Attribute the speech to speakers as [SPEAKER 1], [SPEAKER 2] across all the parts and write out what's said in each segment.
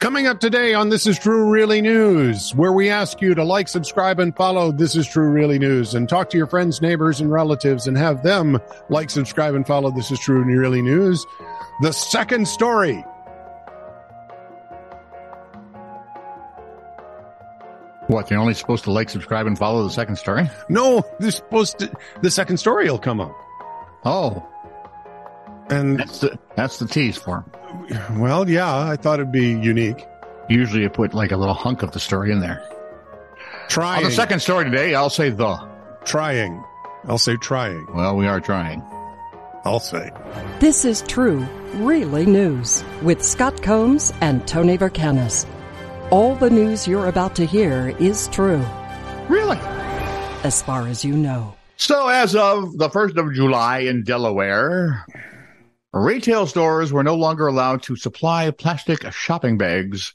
[SPEAKER 1] Coming up today on This Is True Really News, where we ask you to like, subscribe, and follow This Is True Really News and talk to your friends, neighbors, and relatives and have them like, subscribe, and follow This Is True Really News. The second story.
[SPEAKER 2] What, you're only supposed to like, subscribe, and follow the second story?
[SPEAKER 1] No, they're supposed to, the second story will come up.
[SPEAKER 2] Oh,
[SPEAKER 1] And
[SPEAKER 2] that's the, that's the tease for him.
[SPEAKER 1] well, yeah, I thought it'd be unique.
[SPEAKER 2] Usually you put like a little hunk of the story in there.
[SPEAKER 1] Trying.
[SPEAKER 2] On the second story today, I'll say the.
[SPEAKER 1] trying. I'll say trying.
[SPEAKER 2] Well, we are trying.
[SPEAKER 1] I'll say.
[SPEAKER 3] This is true, really news with Scott Combs and Tony Vercanis. All the news you're about to hear is true,
[SPEAKER 2] Really?
[SPEAKER 3] as far as you know.
[SPEAKER 2] So, as of the 1st of July in Delaware, retail stores were no longer allowed to supply plastic shopping bags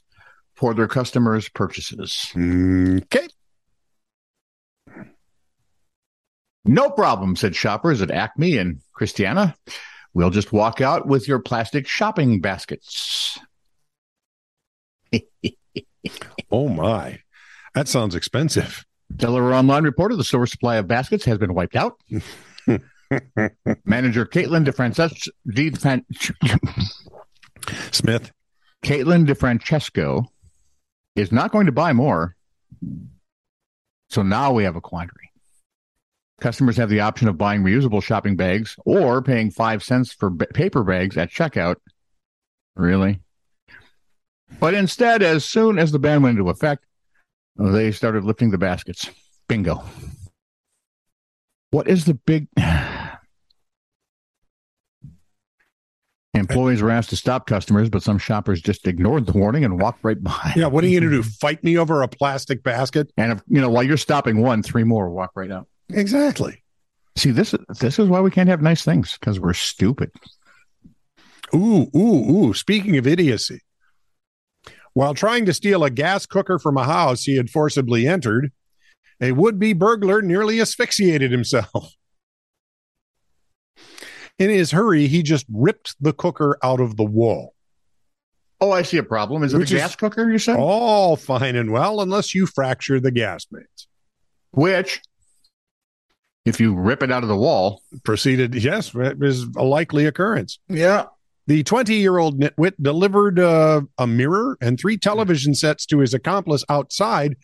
[SPEAKER 2] for their customers' purchases.
[SPEAKER 1] Okay.
[SPEAKER 2] No problem, said shoppers at Acme and Christiana. We'll just walk out with your plastic shopping baskets.
[SPEAKER 1] Oh my. That sounds expensive.
[SPEAKER 2] Delaware Online reported the store supply of baskets has been wiped out. Manager Caitlin DeFrances- DeFran-
[SPEAKER 1] Smith.
[SPEAKER 2] Caitlin DeFrancesco is not going to buy more. So now we have a quandary. Customers have the option of buying reusable shopping bags or paying five cents for ba- paper bags at checkout. Really? But instead, as soon as the ban went into effect, they started lifting the baskets. Bingo. What is the big. Employees were asked to stop customers, but some shoppers just ignored the warning and walked right by.
[SPEAKER 1] Yeah, what are you going to do? Fight me over a plastic basket?
[SPEAKER 2] And if, you know, while you're stopping one, three more walk right out.
[SPEAKER 1] Exactly.
[SPEAKER 2] See, this this is why we can't have nice things because we're stupid.
[SPEAKER 1] Ooh, ooh, ooh. Speaking of idiocy, while trying to steal a gas cooker from a house he had forcibly entered, a would be burglar nearly asphyxiated himself. In his hurry, he just ripped the cooker out of the wall.
[SPEAKER 2] Oh, I see a problem. Is it
[SPEAKER 1] Which
[SPEAKER 2] the
[SPEAKER 1] is-
[SPEAKER 2] gas cooker you said?
[SPEAKER 1] All fine and well, unless you fracture the gas mains.
[SPEAKER 2] Which, if you rip it out of the wall,
[SPEAKER 1] Proceeded, yes, it was a likely occurrence.
[SPEAKER 2] yeah,
[SPEAKER 1] The 20 year old nitwit delivered uh, a mirror and three television sets to his accomplice outside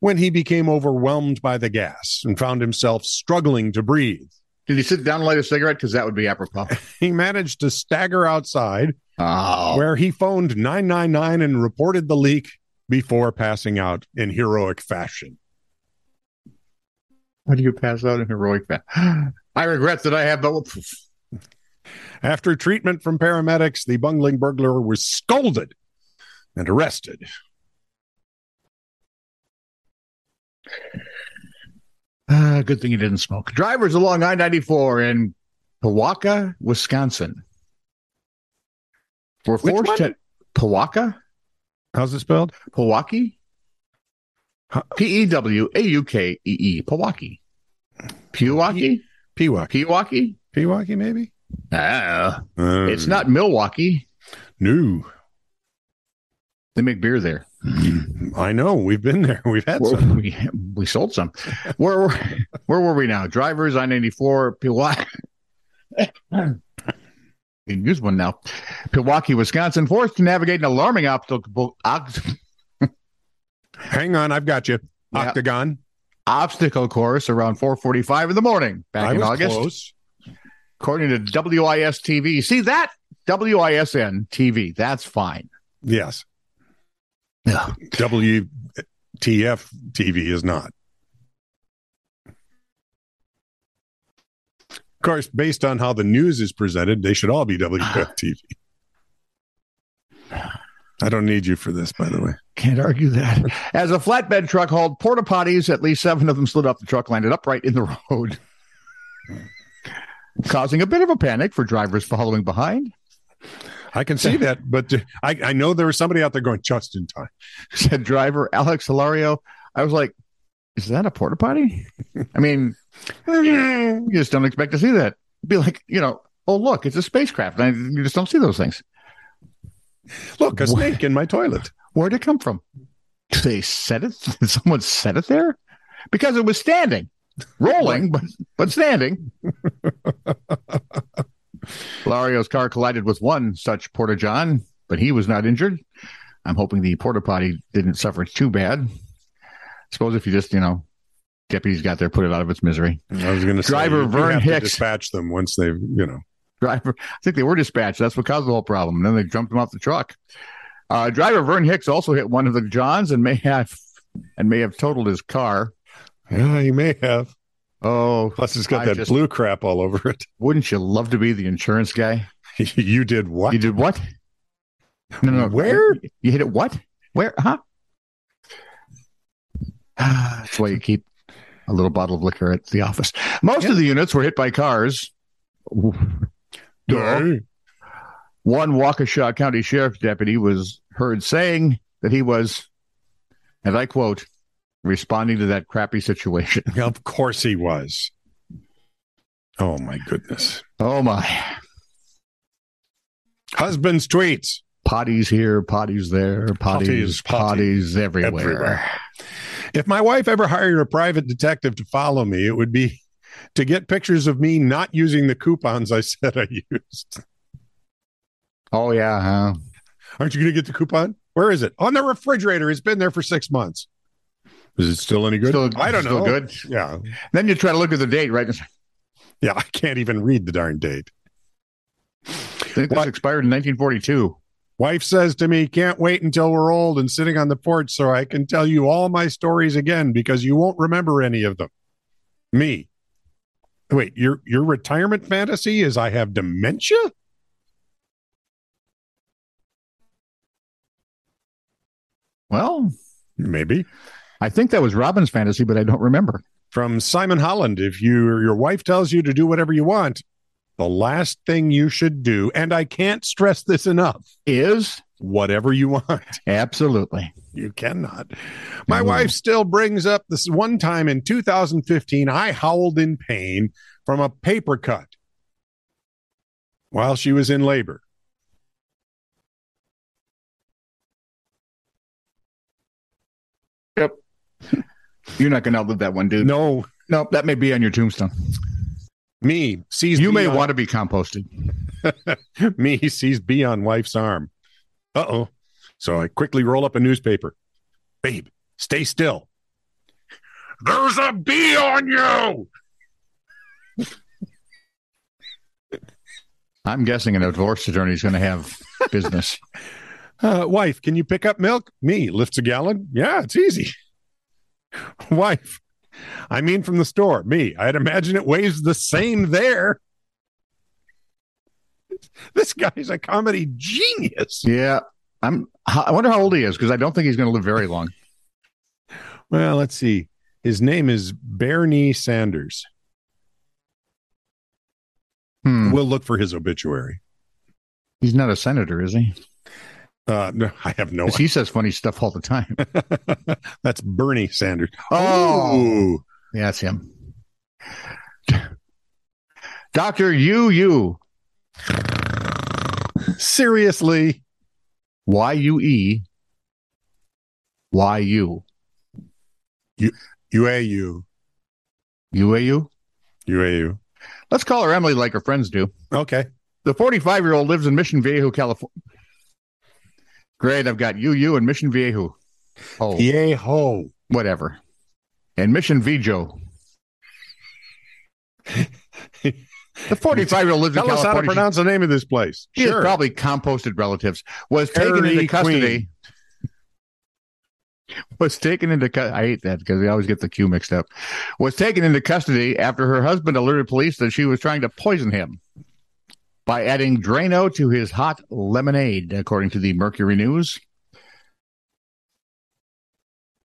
[SPEAKER 1] when he became overwhelmed by the gas and found himself struggling to breathe.
[SPEAKER 2] did you sit down and light a cigarette? Because that would be apropos.
[SPEAKER 1] He managed to stagger outside
[SPEAKER 2] oh,
[SPEAKER 1] where he phoned 999 and reported the leak before passing out in heroic fashion.
[SPEAKER 2] how do you pass out in heroic fashion? I regret that I have the.
[SPEAKER 1] After treatment from paramedics, the bungling burglar was scolded and arrested.
[SPEAKER 2] Ah, good thing he didn't smoke. Drivers along I 94 in Powaka, Wisconsin were
[SPEAKER 1] Which
[SPEAKER 2] forced
[SPEAKER 1] one?
[SPEAKER 2] to. Powaka?
[SPEAKER 1] How's it spelled?
[SPEAKER 2] Pewaukee?
[SPEAKER 1] Huh?
[SPEAKER 2] P E W A U K E E. Pewaukee. Pewaukee?
[SPEAKER 1] Pewaukee.
[SPEAKER 2] Pewaukee?
[SPEAKER 1] Pewaukee, maybe?
[SPEAKER 2] Ah,
[SPEAKER 1] Uh,
[SPEAKER 2] it's not Milwaukee.
[SPEAKER 1] New.
[SPEAKER 2] They make beer there.
[SPEAKER 1] I know. We've been there. We've had
[SPEAKER 2] Where-
[SPEAKER 1] some.
[SPEAKER 2] we, we sold some. Where were where were we now? Drivers I ninety four Pewaukee. You can use one now. Pewaukee, Wisconsin, forced to navigate an alarming obstacle ob-
[SPEAKER 1] Hang on, I've got you.
[SPEAKER 2] Yeah.
[SPEAKER 1] Octagon.
[SPEAKER 2] obstacle course around four forty five in the morning back
[SPEAKER 1] I
[SPEAKER 2] in
[SPEAKER 1] was
[SPEAKER 2] August.
[SPEAKER 1] close.
[SPEAKER 2] according to WIS TV. See that WISN TV? That's fine.
[SPEAKER 1] Yes.
[SPEAKER 2] Yeah.
[SPEAKER 1] WTF TV is not. Of course, based on how the news is presented, they should all be WTF TV. I don't need you for this, by the way.
[SPEAKER 2] Can't argue that. As a flatbed truck hauled porta potties, at least seven of them slid off the truck, landed upright in the road, causing a bit of a panic for drivers following behind.
[SPEAKER 1] I can see that, but I, I know there was somebody out there going just in time.
[SPEAKER 2] Said driver Alex Hilario. I was like, "Is that a porta potty?" I mean, you just don't expect to see that. Be like, you know, oh look, it's a spacecraft. And you just don't see those things.
[SPEAKER 1] Look, a
[SPEAKER 2] What?
[SPEAKER 1] snake in my toilet.
[SPEAKER 2] Where'd it come from? They set it. Someone set it there because it was standing, rolling, but but standing. Lario's car collided with one such porta john, but he was not injured. I'm hoping the porta potty didn't suffer too bad. Suppose if you just you know, deputies got there, put it out of its misery.
[SPEAKER 1] I was going to say
[SPEAKER 2] Driver
[SPEAKER 1] you- you
[SPEAKER 2] Vern
[SPEAKER 1] have to
[SPEAKER 2] Hicks.
[SPEAKER 1] dispatch them once they've you know.
[SPEAKER 2] driver. I think they were dispatched. That's what caused the whole problem. And then they jumped him off the truck. Uh, driver Vern Hicks also hit one of the Johns and may have and may have totaled his car.
[SPEAKER 1] Yeah, you may have.
[SPEAKER 2] Oh,
[SPEAKER 1] Plus, it's got
[SPEAKER 2] I
[SPEAKER 1] that
[SPEAKER 2] just-
[SPEAKER 1] blue crap all over it.
[SPEAKER 2] wouldn't you love to be the insurance guy?
[SPEAKER 1] you did what?
[SPEAKER 2] You did what? No, no, no.
[SPEAKER 1] Where?
[SPEAKER 2] You, you hit it? What? Where? Huh? That's why you keep a little bottle of liquor at the office. Most of the units were hit by cars. Duh.
[SPEAKER 1] Hey.
[SPEAKER 2] One Waukesha County Sheriff's deputy was heard saying that he was, and I quote, responding to that crappy situation.
[SPEAKER 1] Of course he was. Oh my goodness.
[SPEAKER 2] Oh my.
[SPEAKER 1] Husband's tweets.
[SPEAKER 2] Potties here, potties there, potties,
[SPEAKER 1] Potties,
[SPEAKER 2] potties,
[SPEAKER 1] potties
[SPEAKER 2] everywhere.
[SPEAKER 1] everywhere. If my wife ever hired a private detective to follow me, it would be to get pictures of me not using the coupons I said I used.
[SPEAKER 2] Oh, yeah. Huh?
[SPEAKER 1] Aren't you going to get the coupon? Where is it? On the refrigerator. It's been there for six months. Is it still any good?
[SPEAKER 2] Still,
[SPEAKER 1] I don't
[SPEAKER 2] still
[SPEAKER 1] know.
[SPEAKER 2] good.
[SPEAKER 1] Yeah.
[SPEAKER 2] Then you try to look at the date, right?
[SPEAKER 1] Yeah. I can't even read the darn date.
[SPEAKER 2] I think this
[SPEAKER 1] What?
[SPEAKER 2] expired in 1942.
[SPEAKER 1] Wife says to me, Can't wait until we're old and sitting on the porch so I can tell you all my stories again because you won't remember any of them. Me. Wait, your your retirement fantasy is I have dementia?
[SPEAKER 2] Well,
[SPEAKER 1] Maybe.
[SPEAKER 2] I think that was Robin's fantasy, but I don't remember.
[SPEAKER 1] From Simon Holland, if you or your wife tells you to do whatever you want, the last thing you should do, and I can't stress this enough,
[SPEAKER 2] Is
[SPEAKER 1] whatever you want.
[SPEAKER 2] absolutely.
[SPEAKER 1] You cannot. My
[SPEAKER 2] No.
[SPEAKER 1] wife still brings up this one time in 2015, I howled in pain from a paper cut while she was in labor.
[SPEAKER 2] You're not going to outlive that one, dude.
[SPEAKER 1] No,
[SPEAKER 2] no, that may be on your tombstone.
[SPEAKER 1] me sees
[SPEAKER 2] You
[SPEAKER 1] bee
[SPEAKER 2] may
[SPEAKER 1] on-
[SPEAKER 2] want to be composted.
[SPEAKER 1] me sees B on wife's arm. Uh oh. So I quickly roll up a newspaper. Babe, stay still. There's a bee on you.
[SPEAKER 2] I'm guessing a divorce attorney is going to have business.
[SPEAKER 1] Uh, wife, can you pick up milk? Me lifts a gallon. Yeah, it's easy. wife, I mean from the store. Me, I'd imagine it weighs the same there. This guy's a comedy genius.
[SPEAKER 2] yeah, I'm. I wonder how old he is because I don't think he's going to live very long.
[SPEAKER 1] Well, let's see. His name is Bernie Sanders.
[SPEAKER 2] Hmm.
[SPEAKER 1] We'll look for his obituary.
[SPEAKER 2] He's not a senator, is he?
[SPEAKER 1] Uh, no, I have no
[SPEAKER 2] 'Cause he says funny stuff all the time.
[SPEAKER 1] idea. That's Bernie Sanders. Ooh.
[SPEAKER 2] yeah, that's him. Doctor Yu Yu
[SPEAKER 1] Oh. seriously.
[SPEAKER 2] Y U E Y U
[SPEAKER 1] UAU.
[SPEAKER 2] U A U.
[SPEAKER 1] UAU.
[SPEAKER 2] Let's call her Emily like her friends do.
[SPEAKER 1] Okay.
[SPEAKER 2] The 45 year old lives in Mission Viejo, California. Great. I've got you, you, and Mission Viejo. Oh,
[SPEAKER 1] Yay ho.
[SPEAKER 2] whatever. And Mission Viejo. the 45 year old lives in
[SPEAKER 1] Tell us how to
[SPEAKER 2] California.
[SPEAKER 1] pronounce the name of this place.
[SPEAKER 2] She has probably composted relatives. Was taken
[SPEAKER 1] Harry
[SPEAKER 2] into custody. Was taken into custody. I hate that because they always get the Q mixed up. Was taken into custody after her husband alerted police that she was trying to poison him by adding Drano to his hot lemonade, according to the Mercury News.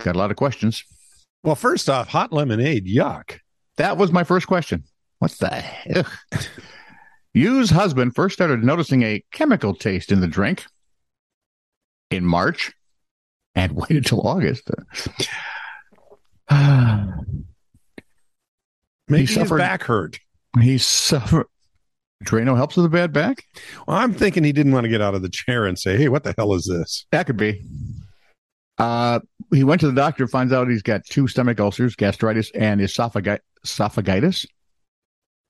[SPEAKER 2] Got a lot of questions.
[SPEAKER 1] Well, first off, hot lemonade, yuck.
[SPEAKER 2] That was my first question. What the heck? Yu's husband first started noticing a chemical taste in the drink in March and waited till August.
[SPEAKER 1] Maybe his
[SPEAKER 2] suffered-
[SPEAKER 1] back hurt.
[SPEAKER 2] he suffered. Trano helps with a bad back?
[SPEAKER 1] Well, I'm thinking he didn't want to get out of the chair and say, hey, what the hell is this?
[SPEAKER 2] That could be. Uh, he went to the doctor, finds out he's got two stomach ulcers, gastritis, and esophagi- esophagitis.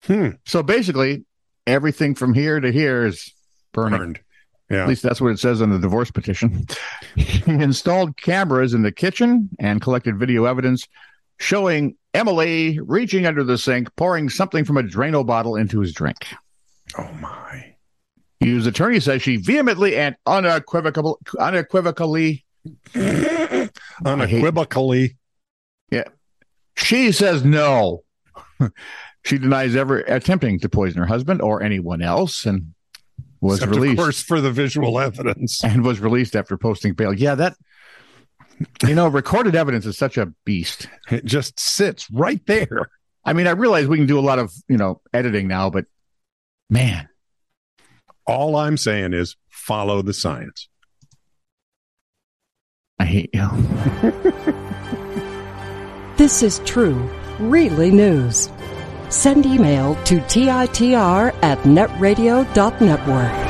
[SPEAKER 1] Hmm.
[SPEAKER 2] So basically, everything from here to here is burning.
[SPEAKER 1] Burned. Yeah.
[SPEAKER 2] At least that's what it says on the divorce petition. he installed cameras in the kitchen and collected video evidence showing Emily reaching under the sink, pouring something from a Drano bottle into his drink.
[SPEAKER 1] Oh, my.
[SPEAKER 2] Hughes' attorney says she vehemently and unequivocal, unequivocally,
[SPEAKER 1] Unequivocally.
[SPEAKER 2] she says no. she denies ever attempting to poison her husband or anyone else, and was
[SPEAKER 1] except,
[SPEAKER 2] released.
[SPEAKER 1] Of course, for the visual evidence.
[SPEAKER 2] and was released after posting bail. Yeah, that you know, recorded evidence is such a beast.
[SPEAKER 1] It just sits right there.
[SPEAKER 2] I mean, I realize we can do a lot of you know editing now, but man,
[SPEAKER 1] All I'm saying is follow the science.
[SPEAKER 2] I hate you.
[SPEAKER 3] This is true, really news. Send email to TITR at netradio.network.